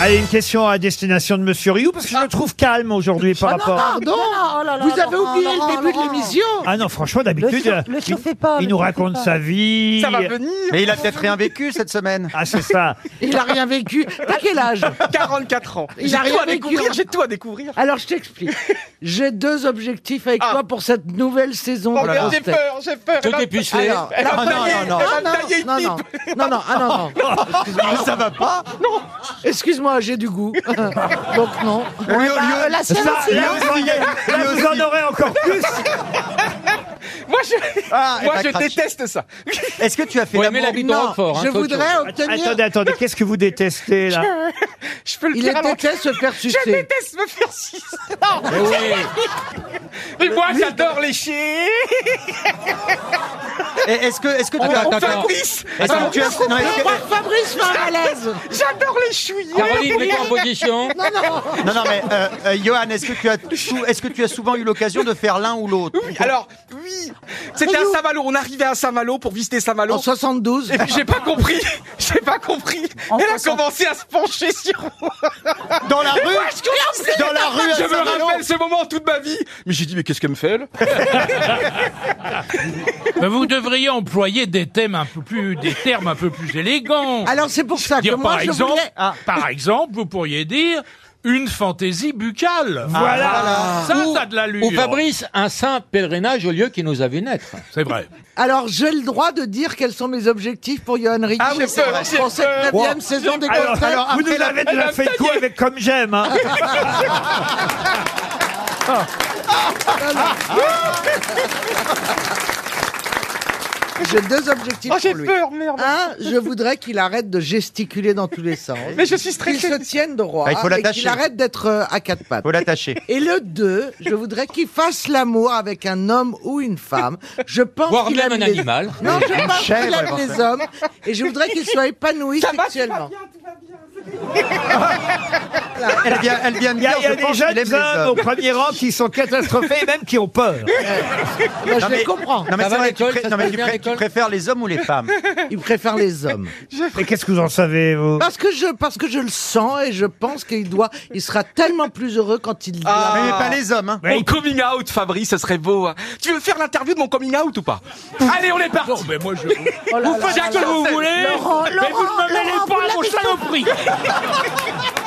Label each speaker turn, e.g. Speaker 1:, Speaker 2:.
Speaker 1: Allez, une question à destination de Monsieur Rioux, parce que je le trouve calme aujourd'hui par rapport.
Speaker 2: Pardon Vous avez oublié le début de l'émission
Speaker 1: Ah non, franchement, d'habitude,
Speaker 3: Le chau- le
Speaker 1: il,
Speaker 3: chauffez pas,
Speaker 1: il
Speaker 3: le
Speaker 1: nous
Speaker 3: chauffez
Speaker 1: raconte
Speaker 3: pas.
Speaker 1: sa vie.
Speaker 4: Ça va venir.
Speaker 5: Mais il a peut-être rien vécu cette semaine.
Speaker 1: Ah, c'est ça.
Speaker 2: Il a rien vécu. T'as quel âge
Speaker 4: 44 ans.
Speaker 2: Il
Speaker 4: J'ai
Speaker 2: a rien
Speaker 4: tout à
Speaker 2: vécu, hein.
Speaker 4: découvrir, j'ai tout à découvrir.
Speaker 2: Alors je t'explique. J'ai deux objectifs avec
Speaker 4: Ah.
Speaker 2: toi pour cette nouvelle saison.
Speaker 4: Oh
Speaker 2: de
Speaker 4: merde, j'ai
Speaker 2: Grosse Tête.
Speaker 4: peur, j'ai peur. elle va-
Speaker 2: Alors,
Speaker 4: Elle va
Speaker 5: Ah, Non,
Speaker 4: me tailler,
Speaker 5: non, non,
Speaker 4: elle va me
Speaker 2: Ah,
Speaker 4: tailler une
Speaker 2: non, non,
Speaker 4: pipe.
Speaker 2: non, non, ah, non, non.
Speaker 5: Mais ça va pas
Speaker 2: Excuse-moi, j'ai du goût. Donc non.
Speaker 5: Lui- lui-
Speaker 3: La sienne
Speaker 1: Ça,
Speaker 3: aussi.
Speaker 1: là, vous en- là, vous en aurez encore plus.
Speaker 4: Moi, je,
Speaker 5: Ah, elle
Speaker 4: moi,
Speaker 5: va
Speaker 4: je
Speaker 5: cracher.
Speaker 4: déteste ça.
Speaker 5: Est-ce que tu as fait
Speaker 6: Ouais, mais
Speaker 5: l'amour
Speaker 6: l'habitant
Speaker 2: Non,
Speaker 6: Roquefort, hein,
Speaker 2: je
Speaker 6: c'est autre
Speaker 2: voulais
Speaker 6: chose.
Speaker 2: obtenir.
Speaker 1: Attendez, attendez, qu'est-ce que vous détestez là
Speaker 4: Je peux le
Speaker 2: Il
Speaker 4: faire à l'envers.
Speaker 2: déteste se faire
Speaker 4: Je
Speaker 2: sucer.
Speaker 4: déteste me faire sucer. Non. Mais moi, j'adore les chiens.
Speaker 5: Et Est-ce que,
Speaker 4: Oh,
Speaker 5: est-ce que tu
Speaker 6: Attends,
Speaker 5: as...
Speaker 6: attends, attends.
Speaker 4: Fabrice,
Speaker 5: Est-ce que tu as... non, est-ce que-
Speaker 2: Fabrice fait un malaise.
Speaker 4: j'adore les chouilles.
Speaker 6: Caroline, mets-toi en position.
Speaker 5: Non, non, mais euh, euh, Johan, est-ce que, tu as sou- est-ce que tu as souvent eu l'occasion de faire l'un ou l'autre
Speaker 4: Oui, alors, oui. C'était à Saint-Malo. On arrivait à Saint-Malo pour visiter Saint-Malo.
Speaker 2: En 72.
Speaker 4: Et puis j'ai pas compris, j'ai pas compris. Elle a commencé à se pencher sur moi.
Speaker 5: Dans la
Speaker 4: Moi,
Speaker 5: rue
Speaker 4: je comprenais
Speaker 5: Dans la
Speaker 4: pas.
Speaker 5: rue à
Speaker 4: Je me
Speaker 5: Saint-Malo.
Speaker 4: rappelle ce moment toute ma vie. Mais j'ai dit mais qu'est-ce qu'elle me fait elle
Speaker 7: Mais vous devriez employer des thèmes un peu plus, des termes un peu plus élégants.
Speaker 6: Ah,
Speaker 2: Alors c'est pour ça que
Speaker 7: dire
Speaker 2: moi
Speaker 7: par
Speaker 2: je
Speaker 7: exemple,
Speaker 2: voulais.
Speaker 7: par exemple, vous pourriez dire une fantaisie buccale.
Speaker 1: Voilà.
Speaker 7: Ça,
Speaker 6: Ah. Ou-
Speaker 7: ça a de l'allure.
Speaker 6: Ou Fabrice, un saint pèlerinage au lieu qui nous a vu naître.
Speaker 7: C'est vrai.
Speaker 2: Alors j'ai le droit de dire quels sont mes objectifs pour Johan Rick.
Speaker 4: Ah oui, c'est vrai, j'ai
Speaker 2: Pour cette
Speaker 4: peur.
Speaker 2: neuvième saison des
Speaker 1: Alors,
Speaker 2: Grosses Têtes.
Speaker 1: vous nous avez déjà fait le coup avec comme j'aime. hein.
Speaker 2: Ah. J'ai deux objectifs
Speaker 4: Oh j'ai
Speaker 2: pour lui.
Speaker 4: peur merde.
Speaker 2: Un, je voudrais qu'il arrête de gesticuler dans tous les sens.
Speaker 4: Mais je suis
Speaker 2: Qu'il
Speaker 4: stressé.
Speaker 2: se tienne droit.
Speaker 5: Bah, il faut
Speaker 2: hein, et
Speaker 5: l'attacher.
Speaker 2: qu'il arrête d'être euh, à quatre pattes.
Speaker 5: Faut l'attacher.
Speaker 2: Et le deux, je voudrais qu'il fasse l'amour avec un homme ou une femme. Je pense
Speaker 6: Voire
Speaker 2: qu'il
Speaker 6: même
Speaker 2: aime
Speaker 6: un
Speaker 2: les-
Speaker 6: animal.
Speaker 2: Non, je pense qu'il
Speaker 5: chèvre,
Speaker 2: aime les
Speaker 5: éventuellement.
Speaker 2: hommes. Et je voudrais qu'il soit épanoui
Speaker 4: Ça va, tu vas
Speaker 2: sexuellement.
Speaker 4: bien, tout va bien.
Speaker 5: Elle vient, elle vient de
Speaker 1: Il y
Speaker 5: dire,
Speaker 1: a, il y a
Speaker 5: je
Speaker 1: des
Speaker 5: pense qu'il aime
Speaker 1: jeunes
Speaker 5: les
Speaker 1: hommes au
Speaker 5: hommes.
Speaker 1: premier rang qui sont catastrophés et même qui ont peur.
Speaker 2: Bah, je
Speaker 5: Non,
Speaker 2: les
Speaker 5: mais-
Speaker 2: comprends.
Speaker 5: Non, mais
Speaker 6: Ça
Speaker 5: c'est
Speaker 6: va,
Speaker 5: vrai, tu,
Speaker 6: l'école,
Speaker 5: pré-
Speaker 6: ça
Speaker 5: non,
Speaker 6: se
Speaker 5: mais
Speaker 6: passe
Speaker 5: tu,
Speaker 6: bien,
Speaker 5: pré- tu
Speaker 6: l'école
Speaker 5: préfères les hommes ou les femmes
Speaker 2: Il préfère les hommes.
Speaker 1: Mais qu'est-ce que vous en savez, vous
Speaker 2: Parce que je, parce que je le sens et je pense qu'il doit, il sera tellement plus heureux quand il.
Speaker 4: Ah.
Speaker 5: Mais pas les hommes, hein.
Speaker 1: Ouais,
Speaker 4: Mon coming out, Fabrice, ce serait beau. hein. Tu veux faire l'interview de mon coming out ou pas Allez, on est parti.
Speaker 7: Non, mais moi, je...
Speaker 2: Oh là
Speaker 7: vous
Speaker 2: là
Speaker 7: faites
Speaker 2: là
Speaker 7: ce que
Speaker 2: là.
Speaker 7: vous voulez, mais vous ne me mêlez pas à mon saloperie.